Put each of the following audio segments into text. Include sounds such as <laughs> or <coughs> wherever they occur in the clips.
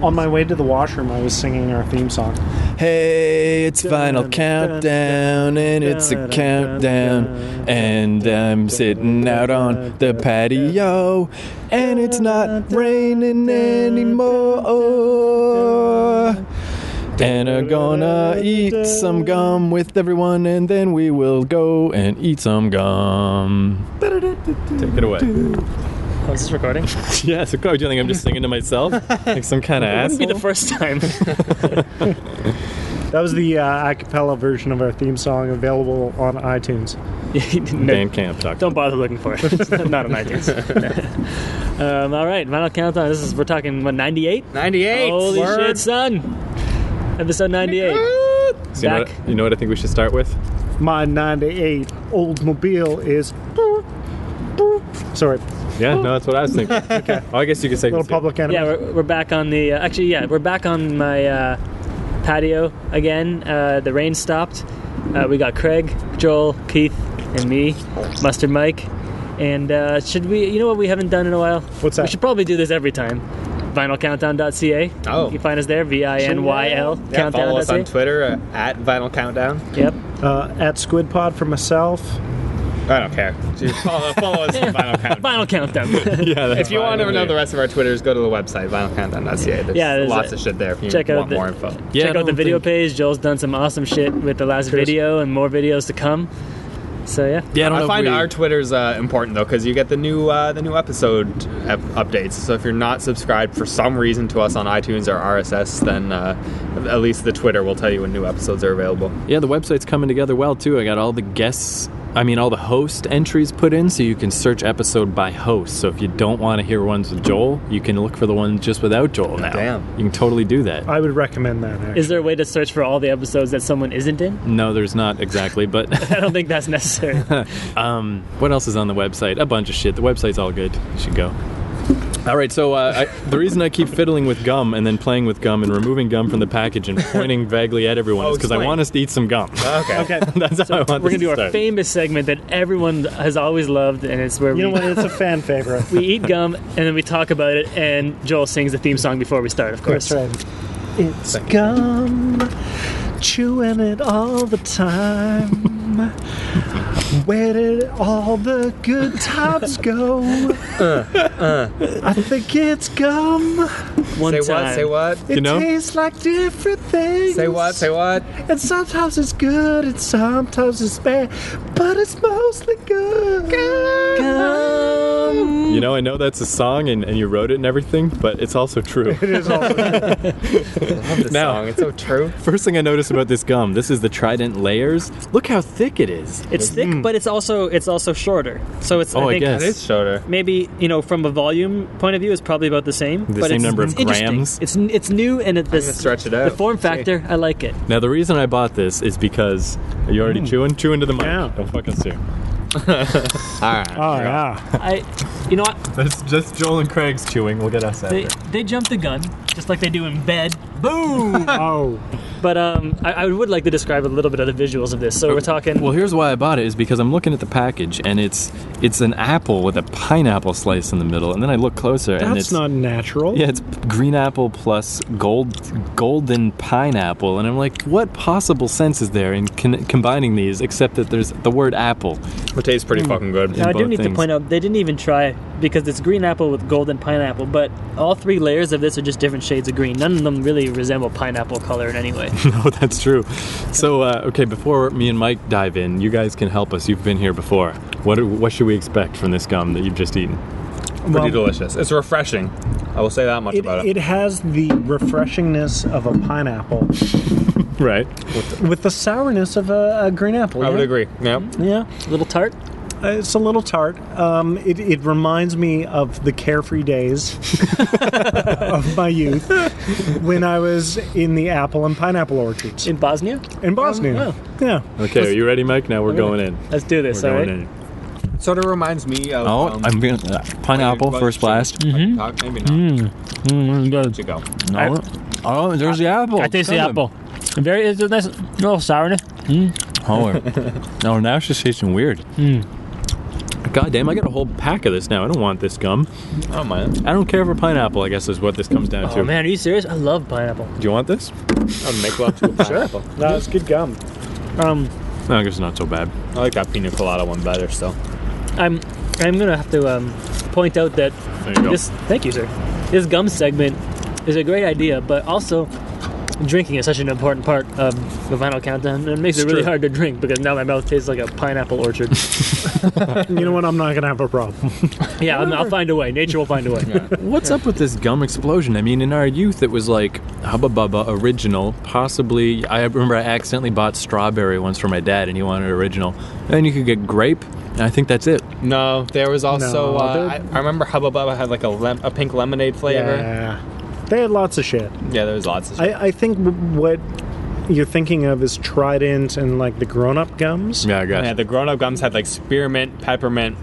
On my way to the washroom, I was singing our theme song. Hey, it's final countdown, and it's a countdown. And I'm sitting out on the patio, and it's not raining anymore. And are gonna eat some gum with everyone, and then we will go and eat some gum. Take it away. <laughs> Oh, is this recording? Yeah, so Chloe, do you think I'm just singing to <laughs> myself? Like some kind of Wouldn't be asshole? the first time. <laughs> That was the uh, a cappella version of our theme song available on iTunes. no, Bandcamp. Don't bother looking for it. <laughs> It's not on iTunes. um, all right, final countdown. This is we're talking what 98. 98. Holy Word. shit, son! Episode 98. So you, know Back. what, you know what I think we should start with? My 98 Oldsmobile is. boop, boop. Sorry, Yeah, no, that's what I was thinking. okay. Oh, I guess you could say little public enemy. Yeah, we're, we're back on the. Uh, actually, yeah, we're back on my uh, patio again. Uh, the rain stopped. Uh, we got Craig, Joel, Keith, and me, Mustard Mike. And uh, should we? You know what we haven't done in a while? What's that? We should probably do this every time. VinylCountdown.ca. Oh. you find us there. V I N Y L. Yeah, follow us on Countdown.ca. Twitter uh, at Vinyl Countdown. Yep. Uh, at Squid Pod for myself. I don't care. Just follow, follow us on Vinyl Countdown. Vinyl <laughs> Countdown. <laughs> Yeah, that's If you want to fine. know the rest of our Twitters, go to the website, vinylcountdown.ca. There's, Yeah, there's lots a- of shit there if you check out want the- more info. Yeah, Check I out the don't video think- page. Joel's done some awesome shit with the last video and more videos to come. So yeah. Yeah, I don't know I if find we- our Twitter's uh, important though because you get the new uh, the new episode ep- updates. So if you're not subscribed for some reason to us on iTunes or RSS, then uh, at least the Twitter will tell you when new episodes are available. Yeah, the website's coming together well too. I got all the guests, I mean all the host entries put in so you can search episode by host. So if you don't want to hear ones with Joel, you can look for the one just without Joel now. Damn. You can totally do that. I would recommend that. Actually. Is there a way to search for all the episodes that someone isn't in? no, there's not exactly, but <laughs> I don't think that's necessary. um, what else is on the website? A bunch of shit. The website's all good. You should go. All right, so uh, I, the reason I keep fiddling with gum and then playing with gum and removing gum from the package and pointing vaguely at everyone Oh, is because I explain. want us to eat some gum. <laughs> <laughs> Okay. okay. That's how I want We're this gonna do to our start. famous segment that everyone has always loved, and it's where You know we, what? It's a fan favorite. we eat gum and then we talk about it, and Joel sings the theme song before we start, of course. That's right. It's gum, chewing it all the time. Where did all the good times go? I think it's gum. One Say time. what? Say what? It You know? tastes like different things. Say what? Say what? And sometimes it's good, and sometimes it's bad, but it's mostly good. You know, I know that's a song and, and you wrote it and everything, but it's also true. <laughs> It is also Love this Now. song. It's so true. First thing I notice about this gum, this is the Trident Layers. Look how thick it is. It's thick, Mm. but it's also it's also shorter. So it's Oh, I I think guess. It is shorter. maybe you know from a volume point of view, it's probably about the same. The but same it's, number of it's interesting. grams? It's n- it's new and it, I'm gonna this stretch it out. The form factor, I like it. Now the reason I bought this is because are you already chewing? Chew into the mic. Mm. Yeah. Don't fucking sue. All right. Oh, yeah. I, you know, what? That's just Joel and Craig's chewing. We'll get us out. they they jump the gun just like they do in bed. Boom. Oh. but um, I, I would like to describe a little bit of the visuals of this. So we're talking. Well, here's why I bought it is because I'm looking at the package and it's it's an apple with a pineapple slice in the middle, and then I look closer and That's it's not natural. Yeah, it's green apple plus gold, golden pineapple, and I'm like, what possible sense is there in con- combining these except that there's the word apple? It tastes pretty fucking good. Now, I do both need things. to <laughs> point out they didn't even try because it's green apple with golden pineapple, but all three layers of this are just different shades of green. None of them really resemble pineapple color in <laughs> any way. no, Oh, that's true. So, uh, okay, before me and Mike dive in, you guys can help us. You've been here before. What do- what should we expect from this gum that you've just eaten? Pretty delicious. It's refreshing. I will say that much It, about it has the refreshingness of a pineapple Right. with the sourness of a, a green apple. I would yeah? agree. Yeah. Yeah, A little tart. Uh, it's a little tart. Um, it, it reminds me of the carefree days <laughs> of my youth when I was in the apple and pineapple orchards in, in Bosnia. Bosnia. Oh. Yeah. Okay, are you ready, Mike? Now we're going in. Let's do this. We're all going right. in. Sort of reminds me of. Oh, um, I'm being uh, pineapple like- first blast. Mm. Mm-hmm. Like, Maybe not. good. To go. No. Oh, there's the apple. I taste the Come on. apple. Very, it's a nice oh, little sourness. <laughs> Hmm. Oh, oh, now it's just tasting weird. God damn, I got a whole pack of this now. I don't want this gum. I don't mind. I don't care for pineapple, I guess is what this comes down Oh to. man, are you serious? I love pineapple. Do you want this? I would make love <laughs> to a pineapple. No, it's good gum. Um, No, I guess it's not so <laughs> bad. I like that pina colada one better still. I'm I'm gonna have to um, point out that There you go. this. Thank you, sir. This gum segment is a great idea, but also drinking is such an important part of the vinyl countdown. and It makes It's it really true. hard to drink because now my mouth tastes like a pineapple orchard. You know what? I'm not gonna have a problem. yeah, I'm, I'll find a way. Nature will find a way. What's up with this gum explosion? I mean, in our youth, it was like Hubba Bubba original. Possibly, I remember I accidentally bought strawberry once for my dad, and he wanted original. And you could get grape, and I think that's it. No, there was also. No, uh, there- I, I remember Hubba Bubba had like a lem- a pink lemonade flavor. Yeah, Yeah, they had lots of shit. there was lots of. Stuff. I, I think w- what you're thinking of is Trident and like the grown-up gums. Yeah, I Yeah, guess. the grown up gums had like spearmint, peppermint.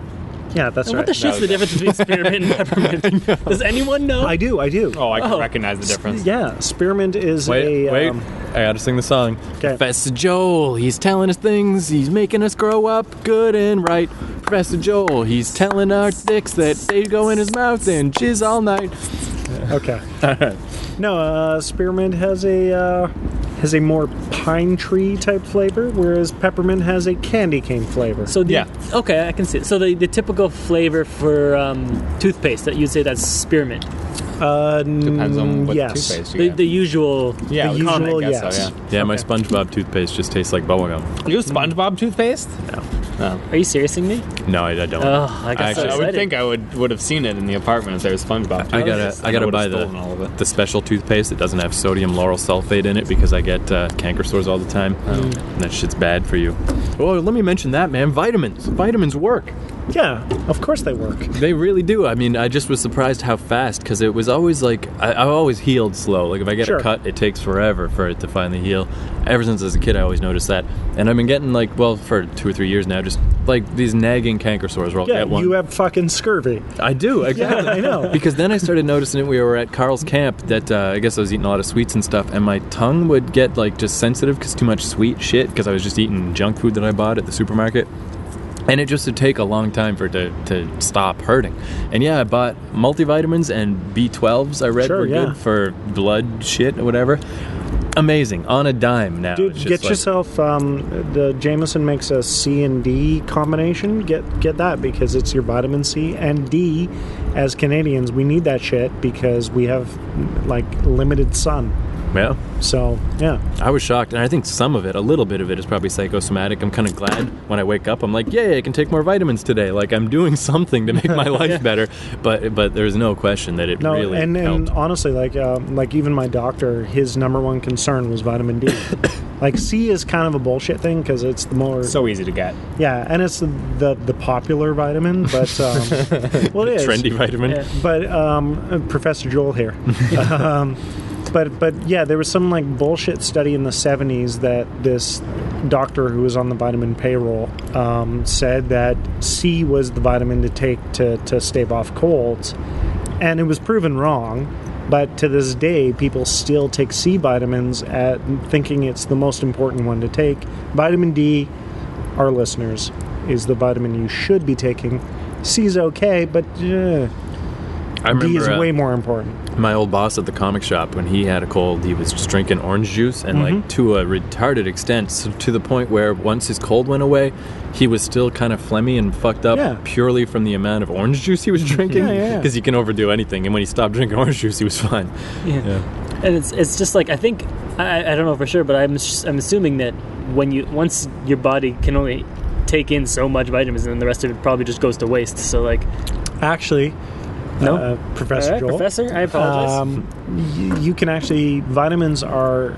Yeah, that's What right. the shit's the that difference between spearmint and peppermint? Does anyone know? I do. I do. Oh, I can Oh. recognize the difference. Yeah, spearmint is Wait, a. wait. um, I gotta sing the song. 'Kay. Professor Joel, he's telling us things. He's making us grow up good and right. Professor Joel, he's telling our dicks that they go in his mouth and jizz all night. <laughs> okay. no, uh, spearmint has a uh, has a more pine tree type flavor, whereas peppermint has a candy cane flavor. So the, Yeah. okay, I can see it. So the, the typical flavor for um, toothpaste that you'd say that's spearmint, uh, Depends on what yes. toothpaste the, you the get. usual. yeah, the we can usual, make that, so, yes. Yeah, my SpongeBob toothpaste just tastes like bubblegum. yeah. You have SpongeBob toothpaste? No. Are you seriousing me? No, I, I don't. Oh, I got so Actually, I excited. would think I would would have seen it in the apartment if there was SpongeBob. I gotta, toothpaste. I gotta would've buy the stolen all of it. the special toothpaste that doesn't have sodium lauryl sulfate in it because I get uh, canker sores all the time. And that shit's bad for you. Oh, let me mention that, man. Vitamins, vitamins work. Yeah, of course they work. They really do. I mean, I just was surprised how fast because it was always like I, I always healed slow. Like if I get Sure. a cut, it takes forever for it to finally heal. Ever since I was a kid, I always noticed that, and I've been getting like well for two or three years now, just like these nagging canker sores. Where I'll Yeah, get one. you have fucking scurvy. I do. Exactly. I know. <laughs> Because then I started noticing it. We were at Carl's camp. That uh, I guess I was eating a lot of sweets and stuff, and my tongue would get like just sensitive because too much sweet shit. Because I was just eating junk food that I bought at the supermarket, and it just would take a long time for it to, to stop hurting. And yeah, I bought multivitamins and B12s. I read Sure, were yeah. good for blood shit or whatever. Amazing on a dime now. Dude, It's just get like- yourself um, the Jameson makes a C and D combination. Get get that because it's your vitamin C and D. As Canadians, we need that shit because we have like limited sun. Yeah. So yeah, I was shocked, and I think some of it, a little bit of it, is probably psychosomatic. I'm kind of glad when I wake up. I'm like, yay, I can take more vitamins today. Like I'm doing <laughs> something to make <laughs> my life better. But but there's no question that it no, really and, and helped. honestly, like um, like even my doctor, his number one concern was vitamin <coughs> D. like C is kind of a bullshit thing because it's the more So easy to get. yeah, and it's the the, the popular vitamin, but um, <laughs> well, it is trendy vitamin. Yeah. but um, uh, Professor Joel here. um, but but yeah, there was some like bullshit study in the '70s that this doctor who was on the vitamin payroll um, said that C was the vitamin to take to to stave off colds, and it was proven wrong. But to this day, people still take C vitamins at thinking it's the most important one to take. Vitamin D, our listeners, is the vitamin you should be taking. C's okay, but uh, I remember D is uh, way more important. my old boss at the comic shop when he had a cold he was just drinking orange juice and Mm-hmm. like to a retarded extent so to the point where once his cold went away he was still kind of phlegmy and fucked up Yeah. purely from the amount of orange juice he was <laughs> drinking Yeah, yeah, yeah. he can overdo anything and when he stopped drinking <laughs> orange juice he was fine Yeah. And it's it's just like I think I, I don't know for sure, but I'm s- I'm assuming that when you once your body can only take in so much vitamins, and then the rest of it probably just goes to waste. So like Actually, no. uh, Professor All right, Joel, Professor, I apologize. um, y- you can actually vitamins are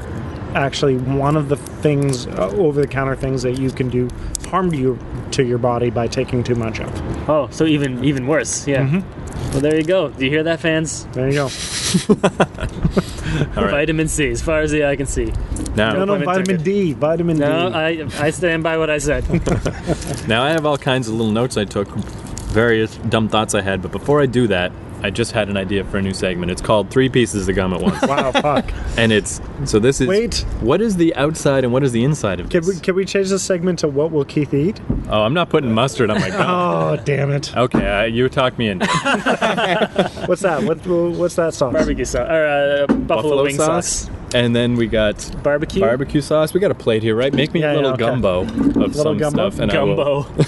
actually one of the things uh, over-the-counter things that you can do harm to you to your body by taking too much of. oh, so even even worse. Yeah. Well, there you go. Do you hear that, fans? There you go. All right. Vitamin C, as far as the eye can see. Now, No, no, Vitamin vitamin ticket. D, vitamin No, D. I I stand by what I said. now I have all kinds of little notes I took, various dumb thoughts I had. But before I do that, I just had an idea for a new segment. It's called Three Pieces of Gum <laughs> at Once. Wow, fuck. and it's so this is Wait. What is the outside and what is the inside of Can this? we can we change the segment to what will Keith eat? oh, I'm not putting mustard on <laughs> my gum. Oh damn it! Okay, uh, you talk <laughs> me in. What's that? What what's that sauce? Barbecue sauce or uh, buffalo, Buffalo wing sauce. And then we got Barbecue. barbecue sauce. We got a plate here, right? Make me Yeah, a little yeah, okay. gumbo of some gumbo? stuff. And I will, <laughs> Gumbo. <laughs>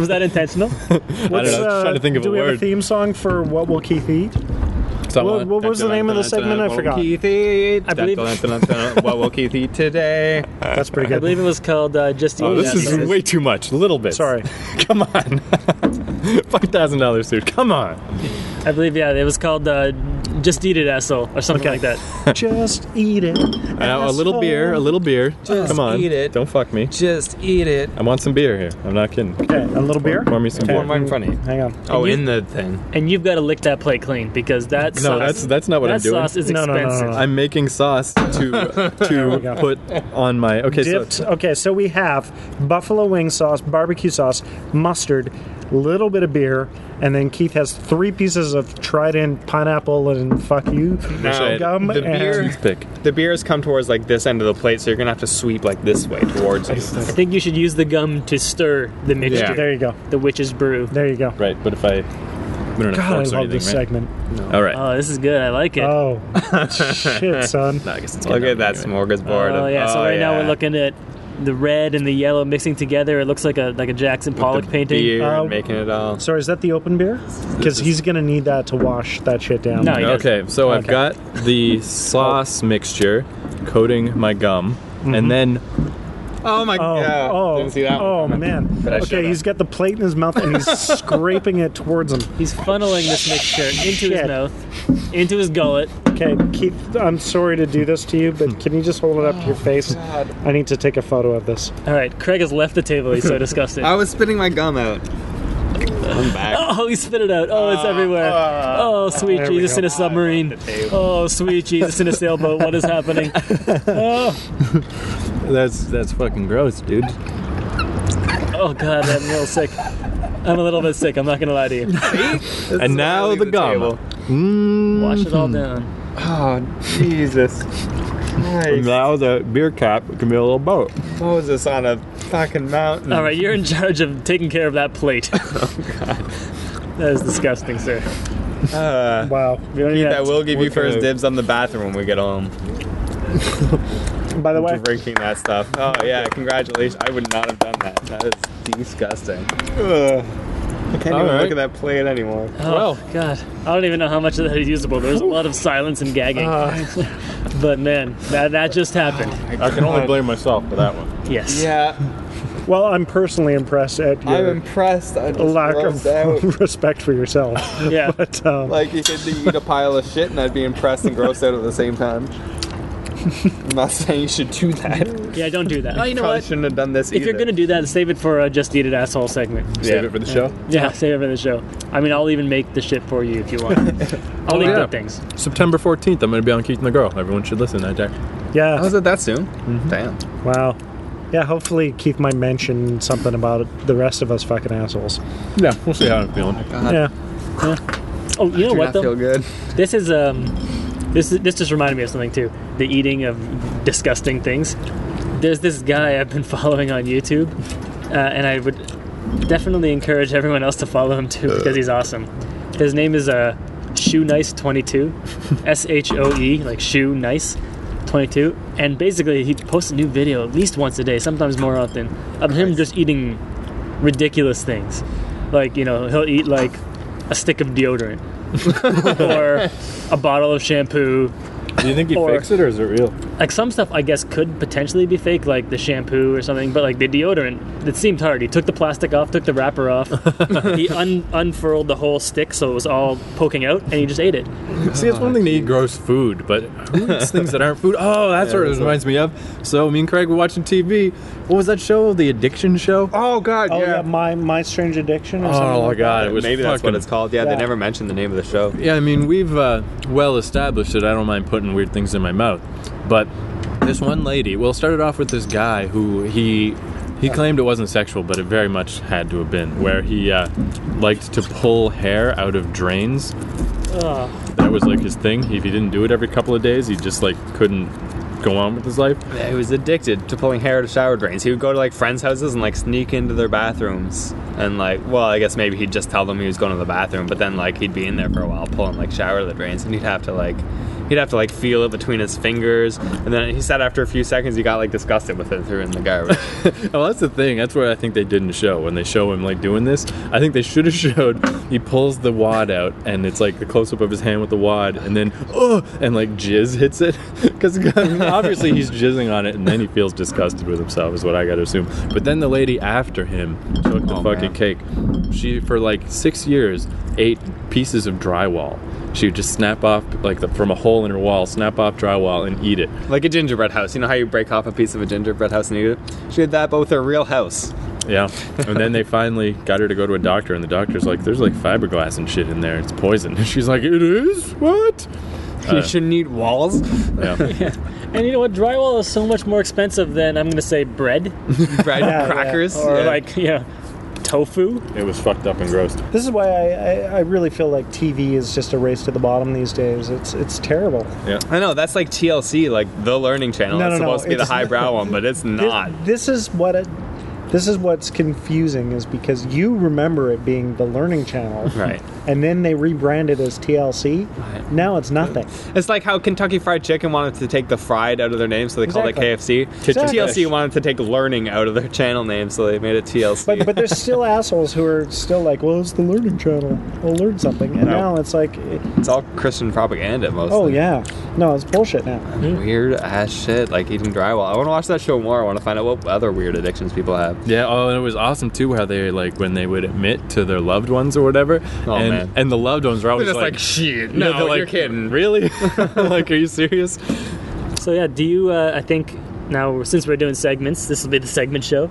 Was that intentional? I don't know. I was Uh, trying to think of do a we have a word. theme song for what will Keith eat? Someone- What, what was the name of the segment? I forgot. Keith eat? I believe- what will Keith eat today? That's pretty I good. believe it was called uh, Just Eat. Oh, this It. is way too much. A little bit. Sorry. Come on. <laughs> Five thousand dollars suit. Come on. I believe, yeah, it was called uh, Just Eat It, Asshole, or something like that. Just eat it. Now, Uh, a little beer. A little beer. Just Come on. eat it. Don't fuck me. Just eat it. I want some beer here. I'm not kidding. Okay, a little beer. Pour me some Okay. beer. One right in front of you. Hang on. Oh, you- in the thing. And you've got to lick that plate clean because that sauce, No, that's that's not what that I'm doing. sauce is No, no, no, no, expensive. no. I'm making sauce to to go. put on my okay. Dipped. So Okay, so we have buffalo wing sauce, barbecue sauce, mustard, little bit of beer, and then Keith has three pieces of Trident pineapple and fuck you Now, gum. the and- beer- pick. The beers come towards like this end of the plate, so you're gonna have to sweep like this way towards you. I think you should use the gum to stir the mixture, There you go. the witch's brew. There you go. Right, but if I we don't God, have I forks love or anything, this right? segment. All right. Oh, this is good. I like it. <laughs> Oh, shit, son. I guess it's Look getting at that up anyway. smorgasbord. Oh of- yeah. So oh, right now yeah. we're looking at the red and the yellow mixing together. It looks like a like a Jackson Pollock The painting. Beer Uh, and making it all. So is that the open beer? Because he's gonna need that to wash that shit down. No, you- Okay, so I've Okay. got the sauce mixture coating my gum, and then Oh my Oh, god! oh, Didn't see that. oh one coming. man. But I Okay, should've. he's got the plate in his mouth and he's <laughs> scraping it towards him. He's funneling this mixture into Shit. his mouth, into his gullet. Okay, Keith, I'm sorry to do this to you, Hmm. but can you just hold it up to your Oh, face? I need to take a photo of this. All right, Craig has left the table. He's so disgusted. I was spitting my gum out. I'm back. <laughs> Oh, he spit it out. Oh, it's everywhere. Oh, sweet There we Jesus go. in a submarine. Oh, sweet Jesus in a sailboat. What is <laughs> happening? that's that's fucking gross, dude. Oh God, I'm a little sick. I'm a little bit sick. I'm not gonna lie to you. and now the gum. Wash it all down. Oh Jesus! And Christ. now the beer cap can be a little boat. Moses on a fucking mountain. All right, you're in charge of taking care of that plate. <laughs> Oh God, that is disgusting, sir. Uh, Wow. We don't even I have- will give you We're first gonna- dibs on the bathroom when we get home. By the way, Drinking that stuff. Oh yeah, congratulations! I would not have done that. That is disgusting. Ugh. I can't All even right. look at that plate anymore. Oh, God. I don't even know how much of that is usable. There's a lot of silence and gagging. Uh, <laughs> but man, that, that just happened. I can only blame myself for that one. Yes. Yeah, well, I'm personally impressed at I'm your impressed. I just lack grossed out. of <laughs> respect for yourself. <laughs> Yeah. But, um, <laughs> Like you could eat a pile of shit and I'd be impressed and grossed out at the same time. I'm not saying you should do that. Yeah, don't do that. Oh, you know Probably what? shouldn't have done this If you're either. going to do that, save it for a Just Eat It Asshole segment. Save it for the show. Yeah, <laughs> save it for the show. I mean, I'll even make the shit for you if you want. I'll eat yeah. the things. September 14th, I'm going to be on Keith and the Girl. Everyone should listen. I dare. yeah. it that soon? Damn. Wow. Yeah, hopefully Keith might mention something about the rest of us fucking assholes. Yeah, we'll see how I'm feeling. Yeah. Oh, you know Do what, not feel though? good. This is, um, this, is- this just reminded me of something, too. The eating of disgusting things. There's this guy I've been <laughs> following on YouTube, uh, and I would definitely encourage everyone else to follow him, too, because he's awesome. His name is, uh, Shoe Nice 22. S H O E, like Shoe Nice 22. And basically, he posts a new video at least once a day, sometimes more often, of him just eating ridiculous things. Like, you know, he'll eat like a stick of deodorant <laughs> or a bottle of shampoo. Do you think he Or- fakes it or is it real? Like, some stuff I guess could potentially be fake, like the shampoo or something, but like the deodorant, it seemed hard. He took the plastic off, took the wrapper <laughs> off, he un- unfurled the whole stick so it was all poking out, and he just ate it. See, it's one thing to eat gross food, but who <laughs> eats things that aren't food? Oh, that's what it reminds me of. So, me and Craig were watching TV. What was that show? The addiction show? Oh god, Oh, yeah, my, my strange addiction or something. Oh my like god, it was Maybe that's what fucking- it's called. Yeah, Yeah. they never mentioned the name of the show. Yeah, I mean we've uh, well established that I don't mind putting weird things in my mouth, but this one lady. Well, it started off with this guy who he He claimed it wasn't sexual, but it very much had to have been. Where he uh, liked to pull hair out of drains. That was like his thing. If he didn't do it every couple of days, he just like couldn't go on with his life. He was addicted to pulling hair out of shower drains. He would go to like friends' houses and like sneak into their bathrooms and like, well, I guess maybe he'd just tell them he was going to the bathroom, but then like he'd be in there for a while pulling like shower the drains, and he'd have to like, he'd have to like feel it between his fingers, and then he said after a few seconds he got like disgusted with it, and threw it in the <laughs> garbage. <laughs> well, that's the thing. That's where I think they didn't show when they show him like doing this. I think they should have <laughs> showed he pulls the wad out and it's like the close up of his hand with the wad, and then oh, and like jizz hits it <laughs> because obviously he's jizzing on it, and then he feels disgusted with himself is what I got to assume. But then the lady after him took the Oh, fucking man. cake. She for like six years ate pieces of drywall. She would just snap off like the, from a hole in her wall, snap off drywall and eat it. like a gingerbread house. You know how you break off a piece of a gingerbread house and eat it? She did that, but with her real house. Yeah. And then they finally got her to go to a doctor, and the doctor's like, there's like fiberglass and shit in there. It's poison. <laughs> And she's like, it is? What? Uh, you shouldn't eat walls. <laughs> Yeah. And you know what? Drywall is so much more expensive than I'm going to say bread <laughs> Yeah, Bread, yeah. crackers. or yeah. like yeah, tofu. It was fucked up and grossed. This is why I, I, I really feel like TV is just a race to the bottom these days. It's it's terrible. I know that's like TLC, like the Learning Channel. No, no, it's no, supposed to be the it's- <laughs> highbrow one, but it's Thi- not. This, is what it, this is what's confusing is because you remember it being the Learning Channel, Right. And then they rebranded as TLC. Now it's nothing. It's like how Kentucky Fried Chicken wanted to take the fried out of their name, so they called it Exactly. KFC. Exactly. TLC wanted to take learning out of their channel name, so they made it TLC. But but there's <laughs> still assholes who are still like, well, it's the Learning Channel. We'll learn something. And No. now it's like, it's all Christian propaganda mostly. oh yeah, no, it's bullshit now. Weird ass shit, like eating drywall. I want to watch that show more. I want to find out what other weird addictions people have. Yeah, oh, and it was awesome too how they like when they would admit to their loved ones or whatever. Oh, and, man. and the loved ones were always like, shit. Yeah, they're like, <laughs> Really? like, are you serious? So yeah, do you? Uh, I think now since we're doing segments, this will be the segment show.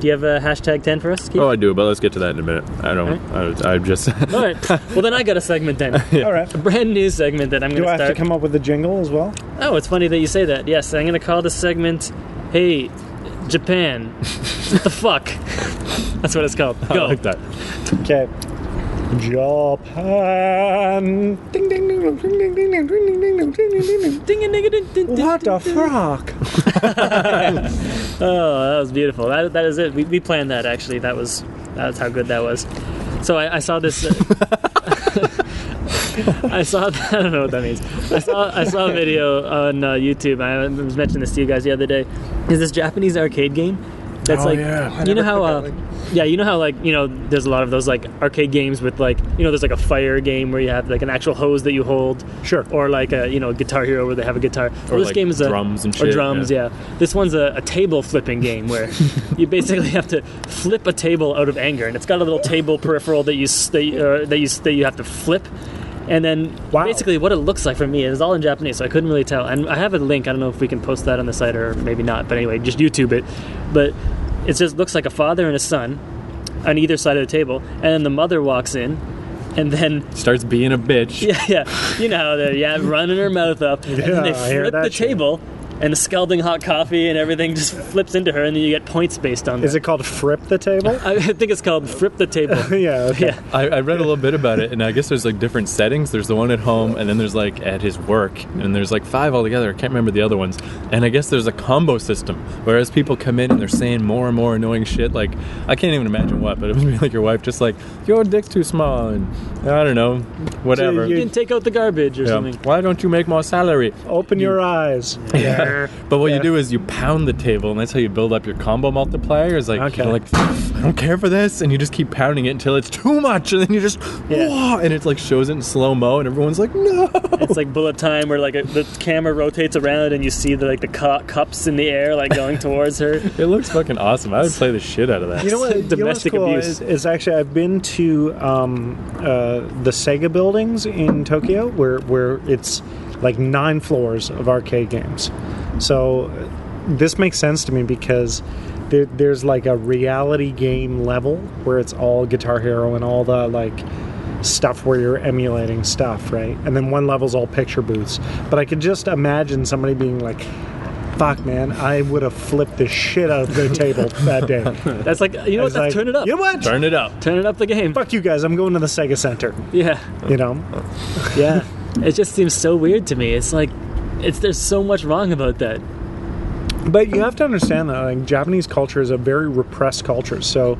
Do you have a hashtag ten for us? Keith? Oh, I do, but let's get to that in a minute. I don't. I, I just. All right. Well, then I got a segment <laughs> then. All right. A brand new segment that I'm going Do I to have to start. come up with a jingle as well? oh, it's funny that you say that. Yes, I'm going to call this segment, "Hey, Japan, what the fuck?" That's what <laughs> it's called. Go. I <laughs> like that. Okay. Japan. Ding ding ding ding ding ding ding ding ding ding ding ding ding. Ding a ding ding ding. What the fuck? Oh, that was beautiful. That, that is it. We, we planned that actually. That was that's how good that was. So I, I saw this. uh, <laughs> I saw. <laughs> I don't know what that means. I saw. I saw a video on uh, YouTube. I was mentioning this to you guys the other day. Is this Japanese arcade game? That's Oh, like yeah. I you know how. Uh, yeah, you know how like you know there's a lot of those like arcade games with like you know there's like a fire game where you have like an actual hose that you hold. Sure. Or like a you know Guitar Hero where they have a guitar. Well, Or, this like, game is a, drums and or shit, drums. yeah. Yeah, this one's a, a table flipping <laughs> game where you basically have to flip a table out of anger, and it's got a little table peripheral that you s- that you, uh, that you s- that you have to flip. And then Wow. basically what it looks like for me is all in Japanese, so I couldn't really tell. And I have a link. I don't know if we can post that on the site or maybe not. But anyway, just YouTube it. But it just looks like a father and a son on either side of the table, and then the mother walks in, and then <laughs> Starts being a bitch. yeah, yeah. You know, how they're yeah, running her mouth up. and Yeah, then they I hear flip that the shit. table, and the scalding hot coffee and everything just flips into her, and then you get points based on that. Is it called Frip the Table? <laughs> I <laughs> think it's called Flip the Table. yeah. Okay. Yeah. I, I read a little bit about it, and I guess there's like different settings. There's the one at home, and then there's like at his work, and there's like five altogether. I can't remember the other ones. And I guess there's a combo system, whereas people come in and they're saying more and more annoying shit. Like I can't even imagine what, <laughs> but it would be like your wife just like your dick's too small, and I don't know, whatever. You can take out the garbage or Yeah. something. Why don't you make more salary? Open your eyes. But what you Yeah. do is you pound the table, and that's how you build up your combo multiplier. Is like, Okay. you're like, I don't care for this, and you just keep pounding it until it's <laughs> too much, and then you just, Yeah. "Whoa," and it's like shows it in slow mo, and everyone's like, no. <laughs> It's like bullet time, where like a, the camera rotates around and you see the like the cu- cups in the air, <laughs> like going towards her. It looks fucking awesome. I would play the shit out of that. You <laughs> know what? you know what's Domestic cool abuse. Is, is actually I've been to um, uh, the Sega buildings in Tokyo, where where it's like nine floors of arcade games. So uh, this makes sense to me because there, there's like a reality game level where it's all Guitar Hero and all the like stuff where you're emulating stuff, right? And then one level's all picture booths. But I could just imagine somebody being like, fuck, man, I would have flipped the shit out of their table that day. <laughs> That's like you know I what? was That's like, turn it up. You know what? Turn it up. Turn it up the game. Fuck you guys. I'm going to the Sega Center. Yeah, You <laughs> know, yeah. it just seems so weird to me. It's like, it's there's so much wrong about that. but you have to understand that like Japanese culture is a very repressed culture. So,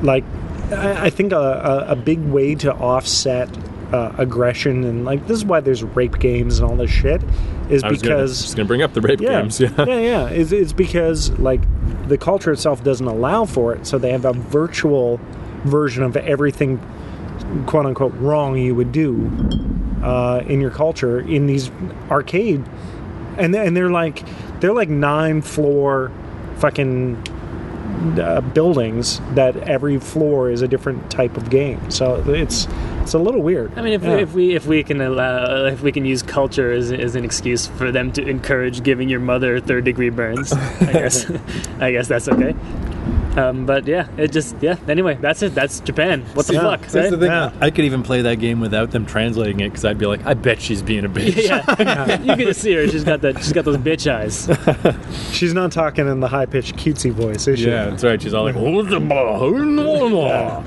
like, I, I think a, a, a big way to offset uh, aggression and like this is why there's rape games and all this shit is I was gonna, because just gonna bring up the rape yeah. games. Yeah. yeah, yeah. It's, it's because like the culture itself doesn't allow for it, so they have a virtual version of everything, quote unquote, wrong you would do uh, in your culture in these arcade, and they- and they're like they're like nine floor fucking. Uh, buildings that every floor is a different type of game, so it's it's a little weird. I mean, if, Yeah. if we if we can allow if we can use culture as, as an excuse for them to encourage giving your mother third degree burns, I guess <laughs> <laughs> I guess that's okay. Um, but yeah, it just yeah. Anyway, that's it. That's Japan. What the Yeah. fuck? That's That's right? the thing. Yeah. I could even play that game without them translating it because I'd be like, I bet she's being <laughs> a bitch. <laughs> yeah, <laughs> you can just see her. She's got that. She's got those bitch eyes. she's not talking in the high pitched cutesy voice, is she? <laughs> Yeah, that's right. She's all like, "Who's <laughs> the ball? Who's the ball?"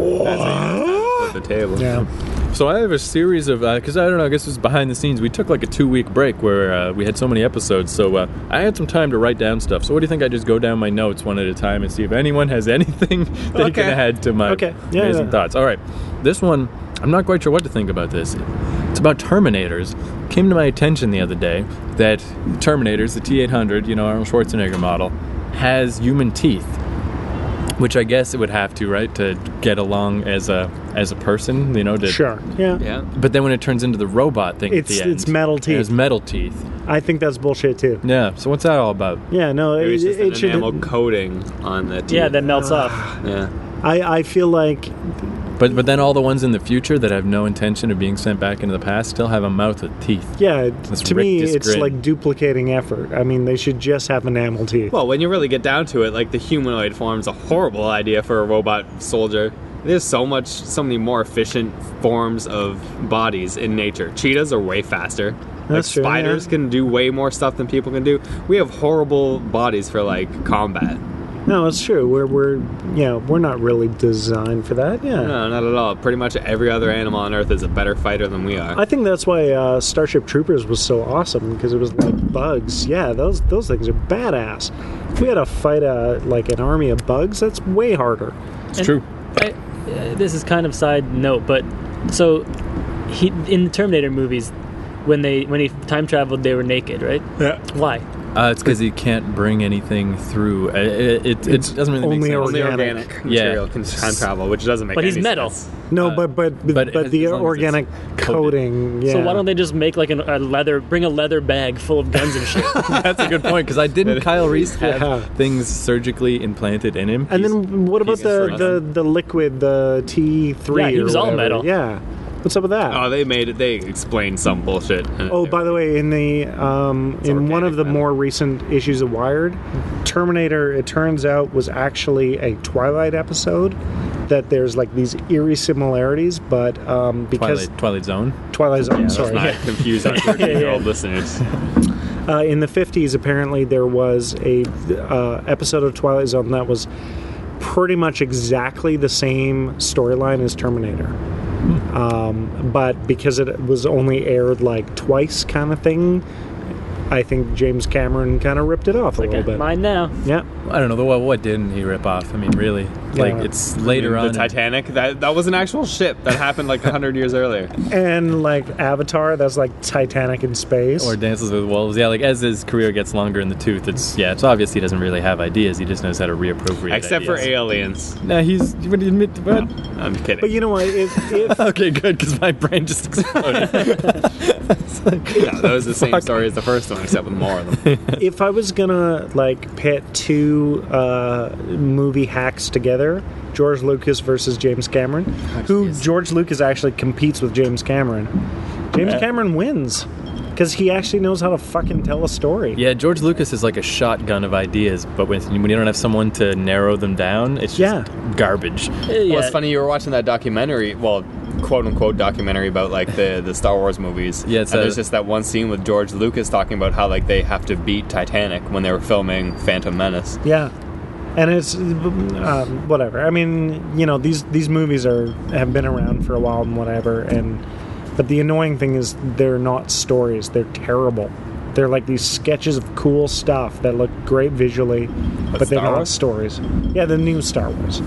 at the table. <laughs> Yeah. So I have a series of because I don't know. I guess it was behind the scenes. We took like a two week break where uh, we had so many episodes, so uh, I had some time to write down stuff. So what do you think? I just go down my notes one at a time and see if anyone has <laughs> anything they Okay. can add to my Okay. Yeah, amazing yeah. thoughts. All right, this one I'm not quite sure what to think about. This it's about Terminators. Came to my attention the other day that Terminators, the T800, you know Arnold Schwarzenegger model, has human teeth. Which I guess it would have to, right, to get along as a as a person, you know, to Sure. Yeah. Yeah. but then when it turns into the robot thing It's- at the end, it's metal it has teeth. metal teeth. I think that's bullshit too. Yeah. So what's that all about? Yeah, no, Maybe it, it's just it an enamel should. coating on the teeth. Yeah, that <sighs> melts off. Yeah. I, I feel like But but then all the ones in the future that have no intention of being sent back into the past still have a mouth with teeth. yeah, to me rictus it's grin. like duplicating effort. I mean, they should just have enamel teeth. Well, when you really get down to it, like the humanoid form's a horrible idea for a robot soldier. There's so much, so many more efficient forms of bodies in nature. Cheetahs are way faster. like That's true, spiders yeah. can do way more stuff than people can do. We have horrible bodies for like combat. no, it's true. We're we're you know we're not really designed for that. Yeah, No, not at all. Pretty much every other animal on Earth is a better fighter than we are. I think that's why uh, Starship Troopers was so awesome because it was like bugs. Yeah, those those things are badass. If we had to fight a like an army of bugs, that's way harder. It's true. I, uh, this is kind of side note, but so he in the Terminator movies, when they when he time traveled, they were naked, right? Yeah, Why? Uh, it's because he can't bring anything through. Uh, It, it, it doesn't really make only sense. Only organic. organic, Yeah. material can time travel, which doesn't make But he's any metal. sense. no, but but but, Uh, but as the long as it's organic coated. coating. Yeah. So why don't they just make like an, a leather, bring a leather bag full of guns and <laughs> shit? That's a good point because I didn't. Kyle Reese have Yeah. things surgically implanted in him. And He's- then what about he's the, free. the, the liquid, the T3? Yeah, he or was all whatever. metal. Yeah. What's up with that? Oh, they made it. They explained some bullshit. <laughs> oh, by the way, in the um, in one of organic the metal. more recent issues of Wired, Terminator, it turns out, was actually a Twilight episode. That there's like these eerie similarities, but um, because Twilight, Twilight Zone. Twilight, Zone, Let's sorry, not confuse our 13 <laughs> year old listeners. uh, in the 50s apparently there was a uh, episode of twilight zone that was pretty much exactly the same storyline as terminator um, but because it was only aired like twice kind of thing i think james cameron kind of ripped it off a little bit Mine now. yeah I don't know. What, what didn't he rip off? I mean, really? Like it's later the on. Titanic. That that was an actual ship that happened like hundred years <laughs> earlier. and like avatar that's like titanic in space or dances with wolves. Yeah, like as his career gets longer in the tooth, it's yeah, it's obvious he doesn't really have ideas. He just knows how to reappropriate. Except for aliens. no, he's. What do you admit? What? I'm kidding. <laughs> but you know what if, if Okay, good, because my brain just exploded. <laughs> yeah, that was the same story as the first one, except with more of <laughs> them. if I was gonna like pit two uh, movie hacks together, George Lucas versus James Cameron, who George Lucas actually competes with James Cameron. James Cameron wins because he actually knows how to fucking tell a story. yeah, George Lucas is like a shotgun of ideas, but when, when you don't have someone to narrow them down, it's just Yeah. garbage. Yeah. Well, it's funny you were watching that documentary. Well, quote unquote documentary about like the, the Star Wars movies. Yeah, it's and a- there's just that one scene with George Lucas talking about how like they have to beat Titanic when they were filming Phantom Menace. Yeah, and it's um, whatever. I mean, you know these these movies are have been around for a while and whatever. And but the annoying thing is they're not stories. They're terrible. They're like these sketches of cool stuff that look great visually, but, they're Star not Wars? stories. Yeah, the new Star Wars.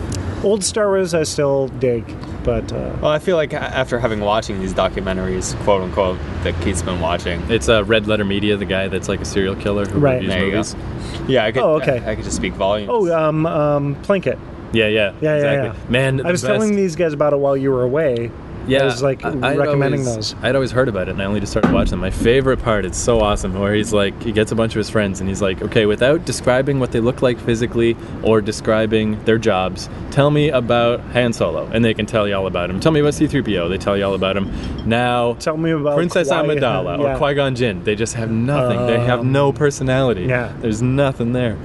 Old Star Wars I still dig, but uh, Well, I feel like a- after having watching these documentaries, quote unquote, that Keith's been watching, It's uh, Red Letter Media, the guy that's like a serial killer who Right. reviews There you go. movies. yeah, I could, Oh, okay. I, I could just speak volumes. oh, um, um, Plinkett. Yeah, yeah, Yeah, yeah, exactly. yeah. Man, I was telling these guys about it while you were away. yeah, I was like I'd recommending always- <laughs> those. I'd always heard about it, and I only just started watching them. My favorite part, it's so awesome, where he's like, he gets a bunch of his friends, and he's like, okay, without describing what they look like physically or describing their jobs, tell me about Han Solo, and they can tell you all about him. Tell me about C-3PO, they tell you all about him. Now, Tell me about Princess Qui- Amidala or yeah. Um, Qui Gon Jinn. They just have nothing. they have no personality. yeah. There's nothing there.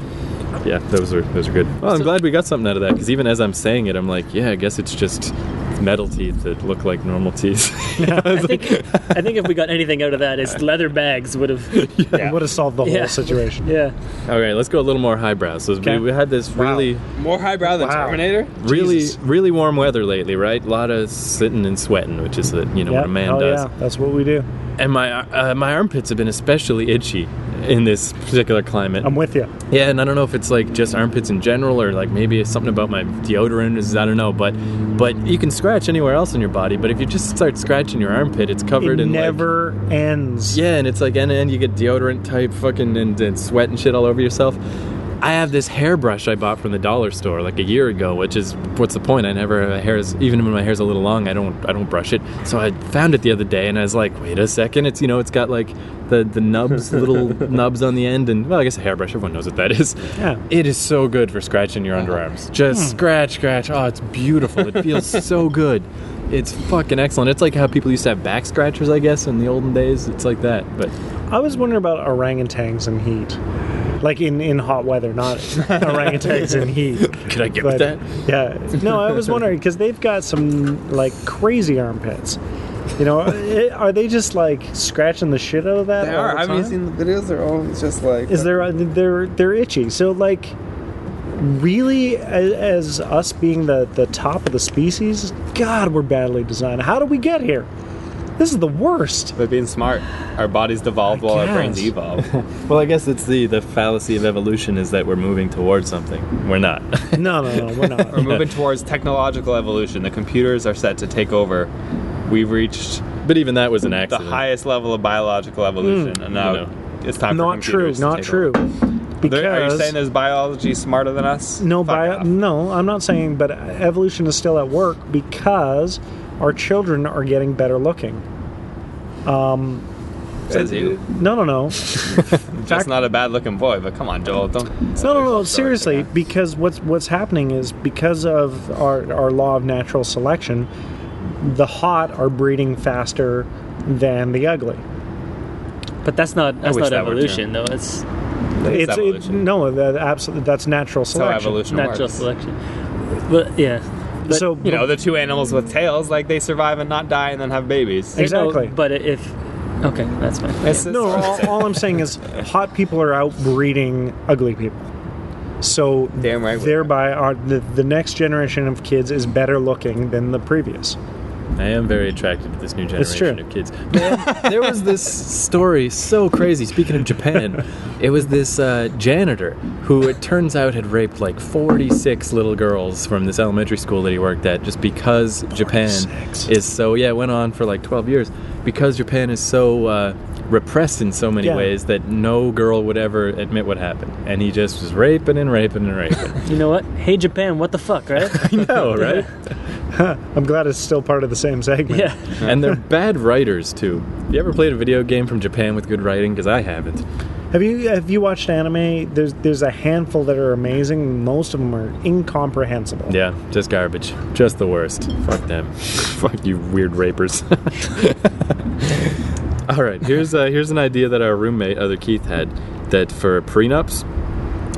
Yeah, those are those are good. Well, I'm glad we got something out of that because even as I'm saying it, I'm like, yeah, I guess it's just metal teeth that look like normal teeth. <laughs> I think, I think if we got anything out of that, is leather bags would have. It would have solved the whole Yeah. situation. Yeah. All right, let's go a little more highbrow. So Okay. we, we had this really, More highbrow than Wow. Terminator? really, Jesus. really warm weather lately, right? A lot of sitting and sweating, which is uh, you know what a man oh, does. yeah, that's what we do. And my uh, my armpits have been especially itchy in this particular climate. I'm with you. Yeah, and I don't know if it's like just armpits in general, or like maybe it's something about my deodorant. Is I don't know, but but you can scratch anywhere else in your body, but if you just start scratching your armpit, it's covered It in like- never ends. yeah, and it's like and and you get deodorant type fucking and, and sweat and shit all over yourself. I have this hairbrush I bought from the dollar store like a year ago, which is what's the point? I never my hair is even when my hair's a little long, I don't I don't brush it. So I found it the other day and I was like, wait a second, it's you know it's got like the the <laughs> nubs, little nubs on the end, and well, I guess a hairbrush, everyone knows what that is. Yeah. It is so good for scratching your underarms. Just scratch, scratch. Oh, it's beautiful. It <laughs> feels so good. It's fucking excellent. It's like how people used to have back scratchers, I guess, in the olden days. It's like that. But I was wondering about orangutans in heat. Like in, in hot weather, <laughs> not orangutans in heat. could I get But with that? yeah, no, I was wondering because they've got some like crazy armpits. You know, <laughs> i- are they just like scratching the shit out of that? all the time? the videos? They're always just like. is there uh, they're they're itchy so like really a- as us being the the top of the species god we're badly designed how do we get here this is the <laughs> worst But being smart, our bodies devolve I while our guess. brains <laughs> evolve. Well, I guess it's the the fallacy of evolution is that we're moving towards something. We're not. <laughs> no no no we're We're not moving towards technological evolution. The computers are set to take over. We've reached but even that was an the accident. highest level of biological evolution, and now You know. it's time for <laughs> Hmm. not true computers to not take true over. because There- Are you saying there's biology smarter than us? no Fuck bio, off. no i'm not saying but evolution is still at work because our children are getting better looking Says you. no no no Just not a bad-looking boy, but come on, Joel. Don't. No, no, no. Seriously, because what's what's happening is because of our our law of natural selection, the hot are breeding faster than the ugly. But that's not that's wish not that were true. evolution though. It's It's It's it, evolution. no, that absolutely that's natural That's how selection. evolution natural works. selection. But yeah. But, So You know, the two animals with tails, like they survive and not die, and then have babies. you know, exactly. but if okay, that's fine. It's no, all, all I'm saying is hot people are outbreeding ugly people. So Damn right we are. thereby, are the, the next generation of kids is better looking than the previous. I am very attracted to this new It's generation of kids. Man, there was this story so crazy. Speaking of Japan, it was this uh, janitor who it turns out had raped like 46 little girls from this elementary school that he worked at just because Japan 46. is so, yeah, it went on for like 12 years. Because Japan is so uh, repressed in so many Yeah. ways that no girl would ever admit what happened. And he just was raping and raping and raping. You know what? Hey Japan, what the fuck, right? <laughs> <laughs> I know, right? I'm glad it's still part of the same segment. yeah. and they're bad writers too. You ever played a video game from Japan with good writing? Because I haven't. Have you have you watched anime? There's there's a handful that are amazing. Most of them are incomprehensible. Yeah, just garbage. Just the worst. Fuck them. Fuck you, weird rapers. <laughs> All right, here's uh, here's an idea that our roommate, other Keith, had that for prenups,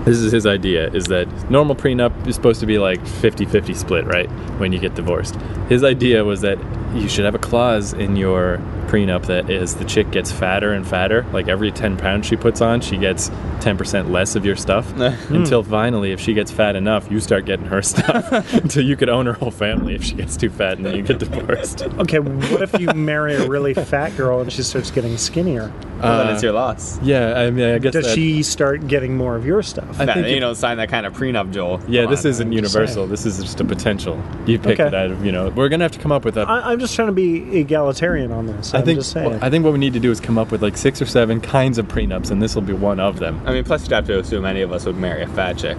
this is his idea is that normal prenup is supposed to be like 50-50 split right when you get divorced his idea was that you should have a clause in your prenup that as the chick gets fatter and fatter like every 10 pounds she puts on she gets 10% less of <laughs> your stuff Hmm. until finally if she gets fat enough you start getting her <laughs> stuff until you could own her whole family if she gets too fat and then you <laughs> get divorced Okay, what if you marry a really fat girl and she starts getting skinnier? Well, then it's your loss. yeah i mean i guess Does that- she start getting more of your stuff? I Nah, think you it- don't sign that kind of prenup, Joel. yeah Come this on. isn't just saying. universal this is just a potential you picked Okay. it out of you know we're gonna have to come up with a I, I'm just trying to be egalitarian on this. I'm I think just saying. well, I think what we need to do is come up with like six or seven kinds of prenups, and this will be one of them. I mean, plus you'd have to assume any of us would marry a fat chick.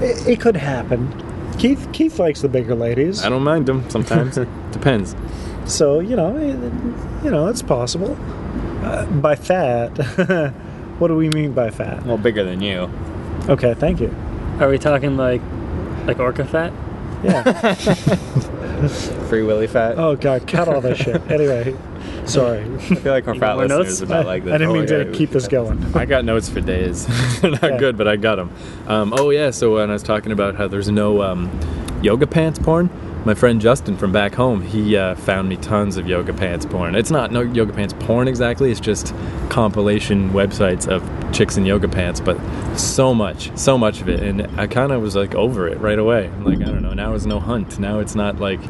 it, it could happen. Keith Keith likes the bigger ladies, I don't mind them <laughs> sometimes. Depends. so you know, it, you know, it's possible. Uh, by fat, <laughs> what do we mean by fat? Well, bigger than you. Okay, thank you. Are we talking like, like orca fat? Yeah. Free Willy fat. Oh god, cut all this <laughs> shit. Anyway, sorry. I feel like our fat Oh, more notes? listeners would I, not like this. I didn't Oh, mean to yeah, we keep should this going. I got notes for days. <laughs> They're not Yeah. good, but I got them. Um, oh yeah, so when I was talking about how there's no um, yoga pants porn, my friend Justin from back home, he uh, found me tons of yoga pants porn. It's not no yoga pants porn exactly. It's just compilation websites of chicks in yoga pants, but so much, so much of it, and I kind of was like over it right away. I'm like, I don't know. Now it's no hunt. Now it's not like.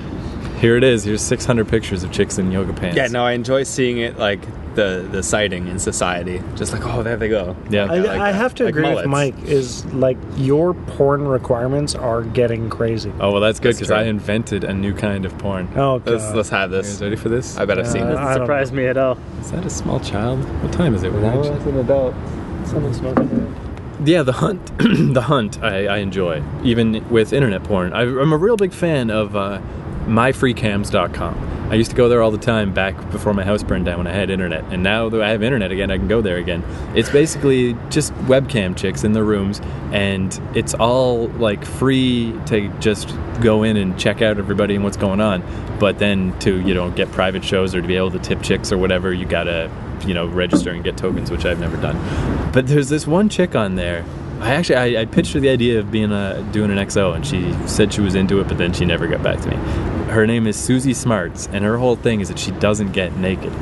Here it is. Here's 600 pictures of chicks in yoga pants. Yeah, no, I enjoy seeing it like the the sighting in society. Just like, oh, there they go. Yeah. I, <laughs> I like I that. have to Like agree with mullets. Mike. Is like your porn requirements are getting crazy. Oh well, that's good That's because true. I invented a new kind of porn. Oh god. Let's let's have You this. guys ready for this? I bet I've seen Uh, this. I Doesn't don't surprise me at all. Is that a small child? What time is it? What time- an adult. Yeah, the hunt. <clears throat> the hunt. I, I enjoy, even with internet porn. I, I'm a real big fan of uh, myfreecams.com. I used to go there all the time back before my house burned down when I had internet, and now that I have internet again, I can go there again. It's basically just webcam chicks in their rooms, and it's all like free to just go in and check out everybody and what's going on. But then to you know get private shows or to be able to tip chicks or whatever, you gotta you know register and get tokens which i've never done but there's this one chick on there i actually i, I pitched her the idea of being a doing an xo and she said she was into it but then she never got back to me her name is susie smarts and her whole thing is that she doesn't get naked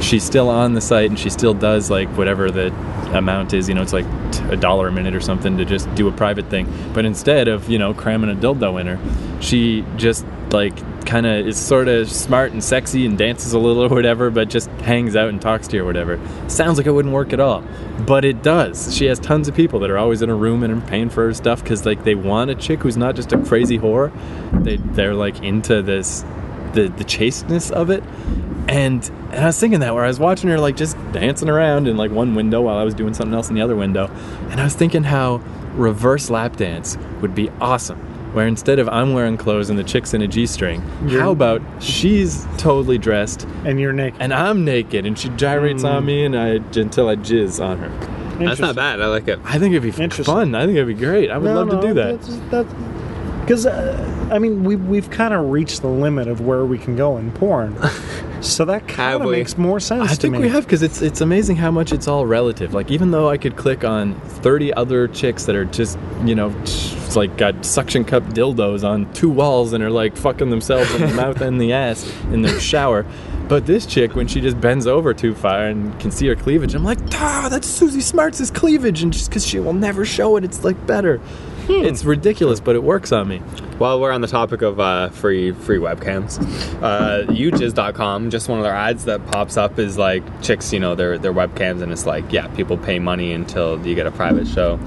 she's still on the site and she still does like whatever the amount is you know it's like t- a dollar a minute or something to just do a private thing but instead of you know cramming a dildo in her she just like kind of is sort of smart and sexy and dances a little or whatever but just hangs out and talks to you or whatever sounds like it wouldn't work at all but it does she has tons of people that are always in her room and are paying for her stuff because like they want a chick who's not just a crazy whore they, they're like into this the, the chasteness of it and, and I was thinking that where I was watching her like just dancing around in like one window while I was doing something else in the other window, and I was thinking how reverse lap dance would be awesome. Where instead of I'm wearing clothes and the chick's in a g-string, how about she's totally dressed And you're naked. and I'm naked and she gyrates on me and I until I jizz on her. That's not bad. I like it. I think it'd be f- Interesting. fun. I think it'd be great. I would love to do that. Because uh, I mean, we we've kind of reached the limit of where we can go in <laughs> porn, so that kind Have of we? makes more sense. I to think me. we have because it's it's amazing how much it's all relative. Like even though I could click on thirty other chicks that are just you know it's like got suction cup dildos on two walls and are like fucking <laughs> themselves in the mouth and the ass in their shower, but this chick when she just bends over too far and can see her cleavage, I'm like, ah, that's Susie Smarts' cleavage, and just because she will never show it, it's like better. Hmm. It's ridiculous, but it works on me. While we're on the topic of uh, free free webcams, uh, ujiz.com, just one of their ads that pops up is like chicks, you know, their their webcams, and it's like, yeah, people pay money until you get a private show.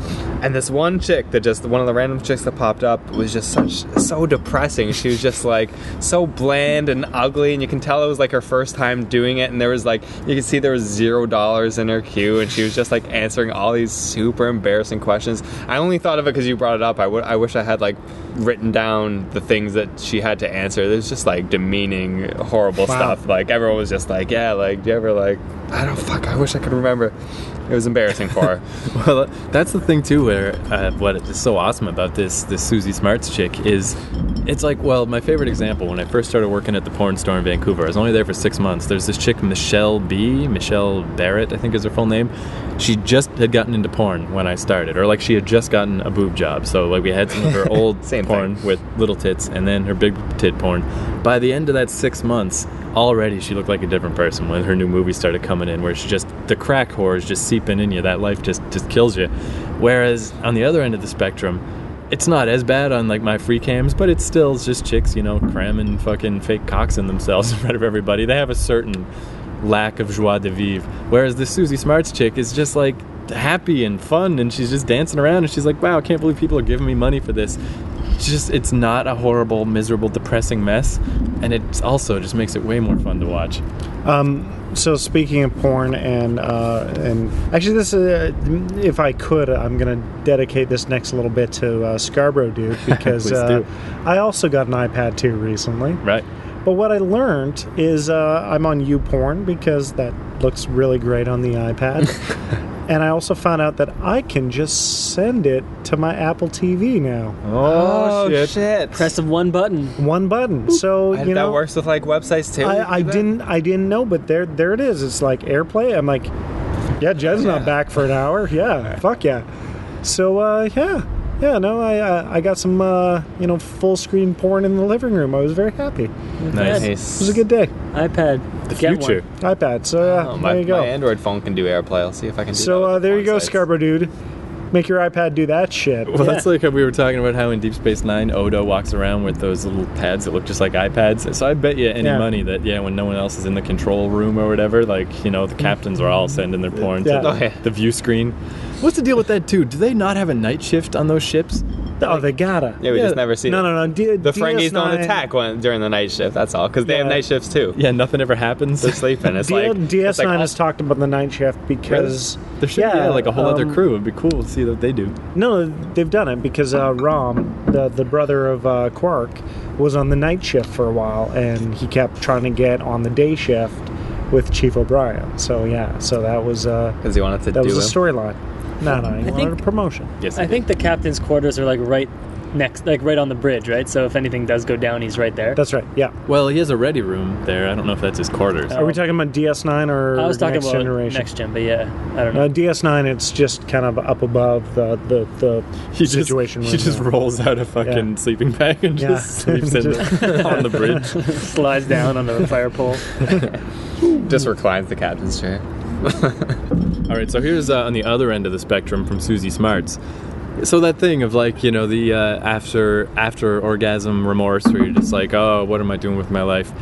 And this one chick that just one of the random chicks that popped up was just such so depressing. She was just like so bland and ugly, and you can tell it was like her first time doing it. And there was like you could see there was zero dollars in her queue, and she was just like answering all these super embarrassing questions. I only thought of it because you brought it up. I would I wish I had like written down the things that she had to answer. There's just like demeaning, horrible Wow. stuff. Like everyone was just like, yeah, like do you ever like I don't fuck. I wish I could remember. It was embarrassing <laughs> for her. <laughs> Well, that's the thing too. Where uh, what is so awesome about this this Susie Smarts chick is, it's like well, my favorite example when I first started working at the porn store in Vancouver. I was only there for six months. There's this chick Michelle B. Michelle Barrett, I think is her full name. She just had gotten into porn when I started, or like she had just gotten a boob job. So like we had some <laughs> of her old Same porn thing. with little tits, and then her big tit porn. By the end of that six months, already she looked like a different person when her new movie started coming in, where she just the crack whore is just seeping in you. That life just just kills you. Whereas on the other end of the spectrum, it's not as bad on like my free cams, but it's still just chicks, you know, cramming fucking fake cocks in themselves <laughs> in front of everybody. They have a certain lack of joie de vivre. Whereas the Susie Smarts chick is just like happy and fun and she's just dancing around and she's like, wow, I can't believe people are giving me money for this. It's just, it's not a horrible, miserable, depressing mess. And it also just makes it way more fun to watch. so speaking of porn and uh, and actually this uh, if I could I'm gonna dedicate this next little bit to uh, Scarborough dude because <laughs> Please uh, do. I also got an iPad 2 recently Right. but what I learned is uh, I'm on YouPorn because that looks really great on the <laughs> iPad. and I also found out that I can just send it to my Apple TV now. Oh, Press of one button. One button. So, you I think know, that works with like websites too. I, I Do that? didn't I didn't know, but there there it is. It's like AirPlay. I'm like, yeah, Jed's not back for an hour. Yeah, fuck yeah. So uh, yeah, yeah. No, I uh, I got some uh, you know full screen porn in the living room. I was very happy. It Nice. was a good day. iPad. The Get future. One. iPad. So uh, Oh, my, there you go. my Android phone can do AirPlay. I'll see if I can. Do So that with uh, the there you porn go, sites. Scarborough dude. Make your iPad do that shit. <laughs> Well, that's like how we were talking about how in Deep Space Nine, Odo walks around with those little pads that look just like iPads. So I bet you any Yeah. money that yeah, when no one else is in the control room or whatever, like you know, the captains are all sending their porn Mm. Yeah. to Oh, yeah. the view screen. What's the deal with that too? Do they not have a night shift on those ships? Oh, they gotta. Yeah, we Yeah. just never see. No, it. no, no. D- The Ferengis don't DS9 attack when, during the night shift. That's all, because they have Yeah. night shifts too. Yeah, nothing ever happens. They're sleeping. It's D- like it's DS9 like, has talked about the night shift because <laughs> There should be yeah, like a whole other um, crew. It'd be cool to see what they do. No, they've done it because uh, Rom, the the brother of uh, Quark, was on the night shift for a while, and he kept trying to get on the day shift with Chief O'Brien. So yeah, so that was uh, because you wanted to that do was it. a storyline. No, no, he wanted think- a promotion. Yes, I they think the captain's quarters are like right next, like right on the bridge, right? So if anything does go down, he's right there. That's right. Yeah. do. Well, he has a ready room there. I don't know if that's his quarters. Are we talking about DS9 or I was talking next about generation? next gen, but yeah, I don't know. <laughs> Uh, DS9, it's just kind of up above the the, the <laughs> He just, situation. he we're just in. rolls out a fucking Yeah. sleeping bag and Yeah. just sleeps <laughs> in <laughs> Just- the, on the bridge. <laughs> Slides down on the fire pole. Just reclines the captain's chair. All right, so here's uh, on the other end of the spectrum from Susie Smarts. So that thing of like you know the uh, after after orgasm remorse, where you're just like, oh, what am I doing with my life?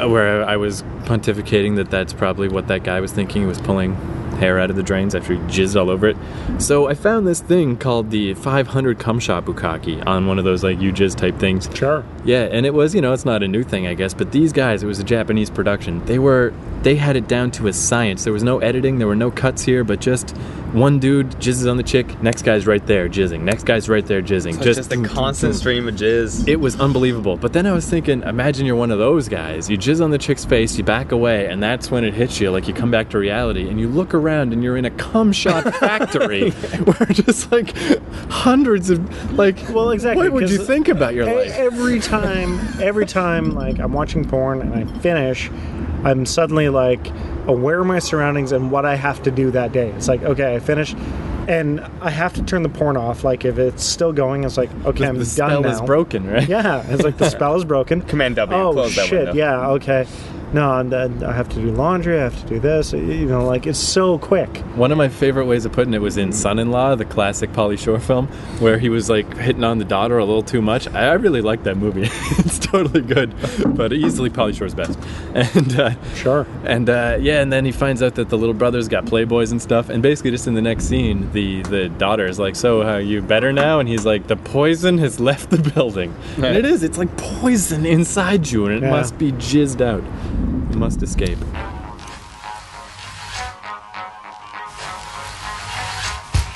Uh, Where I was pontificating that that's probably what that guy was thinking. He was pulling hair out of the drains after he jizzed all over it. So I found this thing called the 500 Kumsha Bukaki on one of those like you jizz type things. Sure. Yeah, and it was, you know, it's not a new thing, I guess, but these guys, it was a Japanese production. They were, they had it down to a science. There was no editing, there were no cuts here, but just one dude jizzes on the chick, next guy's right there jizzing, next guy's right there jizzing. So it's just a <laughs> constant stream of <laughs> jizz. It was unbelievable. But then I was thinking, imagine you're one of those guys. You jizz on the chick's face, you back away, and that's when it hits you. Like you come back to reality and you look around and you're in a cum <laughs> shot factory where <laughs> just like hundreds of, like, Well, exactly, What would you 'cause think about your E- life? Every time, every time, like I'm watching porn and I finish, I'm suddenly like aware of my surroundings and what I have to do that day. It's like, okay, I finished, and I have to turn the porn off. Like if it's still going, it's like, okay, I'm the done spell now. is broken, right? Yeah, it's like the spell is broken. Command W, Oh close that shit! window. Yeah, okay. No, I'm done. I have to do laundry. I have to do this. You know, like it's so quick. One of my favorite ways of putting it was in Son in Law, the classic Polly Shore film, where he was like hitting on the daughter a little too much. I, I really like that movie. <laughs> it's totally good, but easily Polly Shore's best. <laughs> And uh, Sure. and uh, yeah, and then he finds out that the little brother's got playboys and stuff. And basically, just in the next scene, the the daughter is like, "So, are you better now?" And he's like, "The poison has left the building." And it is. It's like poison inside you, and it Yeah. must be jizzed out. It must escape.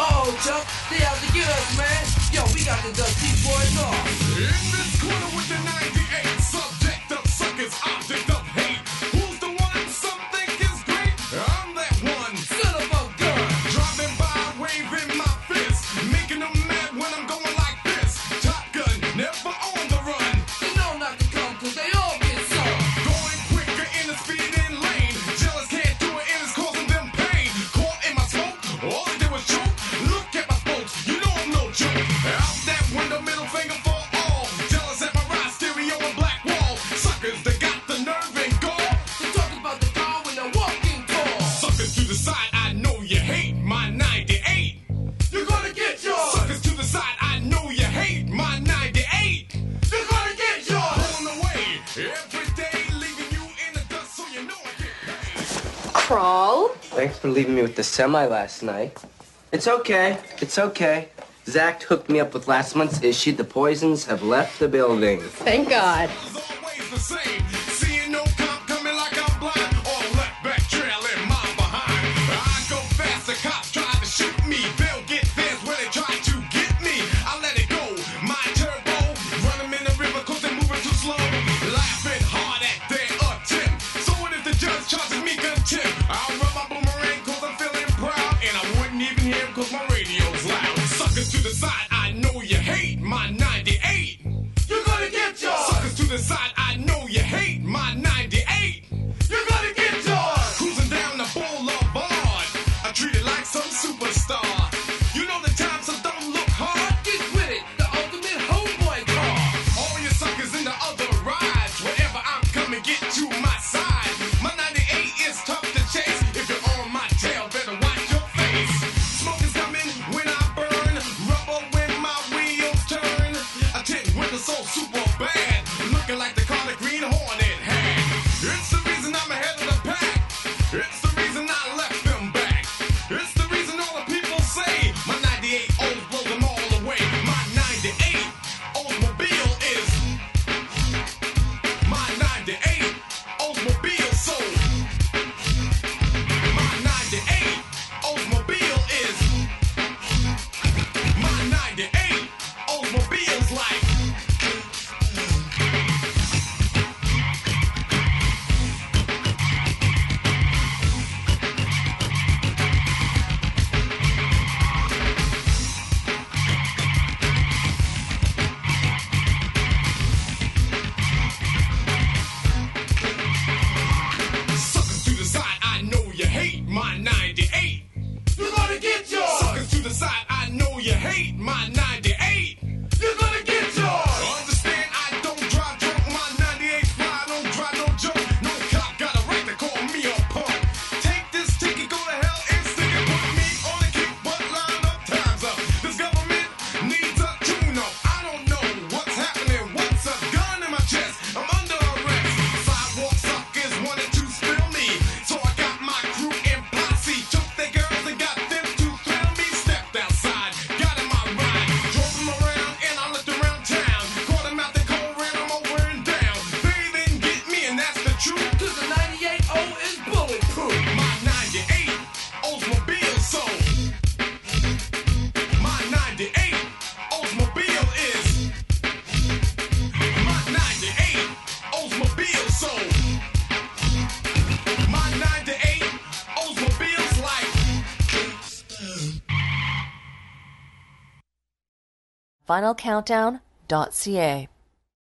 Oh, Chuck, stay out the gears, man. Yo, we shot the dusty boys off. In this corner with the 98, subject of suckers, object of hate. Who's the one some think is great? I'm that one, son of a gun. Dropping by, waving my fist, making them mad when I'm going like this. Top gun, never on the run. You know not to come, cause they all get some. Going quicker in the speeding lane. Jealous can't do it, and it's causing them pain. Caught in my smoke, all they did was choke. Look at my folks, you know I'm no joke. Out that window, middle finger for all. Jealous at my ride, stereo and black wall. Suckers, they got the nerve and gall. They talk about the power when they're walking tall. Suckers to the side, I know you hate my 98. You're gonna get yours. Suckers to the side, I know you hate my 98. You're gonna get yours. Pulling away every day, leaving you in the dust so you know I get paid. Crawl. Thanks for leaving me with the semi last night. It's okay. It's okay. Zach hooked me up with last month's issue. The poisons have left the building. Thank God. is always the same. Seeing no cop coming like I'm blind, or left back trailing mine behind. I go fast, the cops try to shoot me. They'll get theirs when they try to get me. I let it go, my turbo. Run 'em in the river cause they're moving too slow. Laughing hard at their attempt. So what if the judge charges me contempt? I'll run my boomerang cause I'm feeling proud. And I wouldn't even hear 'em 'cause my radio's loud. Suckers to the side, I know you hate my 98. You're gonna get yours. Suckers to the side, I know you hate my 98. You're gonna get yours. Cruising down the boulevard, I treat it like some superstar. You know the time, so don't look hard. Get with it, the ultimate homeboy car. All you suckers in the other rides, wherever I'm coming, get to my side. My 98 is tough to chase. If you're on my tail, better watch your face. Smoke is coming when I burn, rubber when my wheels turn. I tint winter so super bad, looking like the color green hornet had. It's the reason I'm ahead of the pack. It's the reason I left them back. It's the reason all the people say my 98 O's blow them all away. My 98 Oldsmobile is my 98 Oldsmobile sold. My 98 Oldsmobile is my 98 Oldsmobile's like. Suckers to the side, I know you hate my 98. You're gonna get yours. Suckers to the side, I know you hate my 98. You're gonna get yours. Understand, I don't drive drunk. My 98 fly, don't drive no joke. No cop got a right to call me a punk. Take this ticket, go to hell and stick it. Put me on the kick, but line up time's up. This government needs a tune-up. I don't know what's happening. What's a gun in my chest? I'm under arrest. Sidewalk suckers wanted to spill me, so I got my crew and posse. Took their girls and got them to thrill me. Stepped outside, got in my ride, drove them around, and I looked around town. Caught them out the cold, ran them over and down. They didn't get me, and that's the truth. Cause the 98 O oh is bulletproof. My 98 Oldsmobile sold. My 98 Oldsmobile is. My 98 Oldsmobile sold. My 98 Oldsmobile's life. finalcountdown.ca.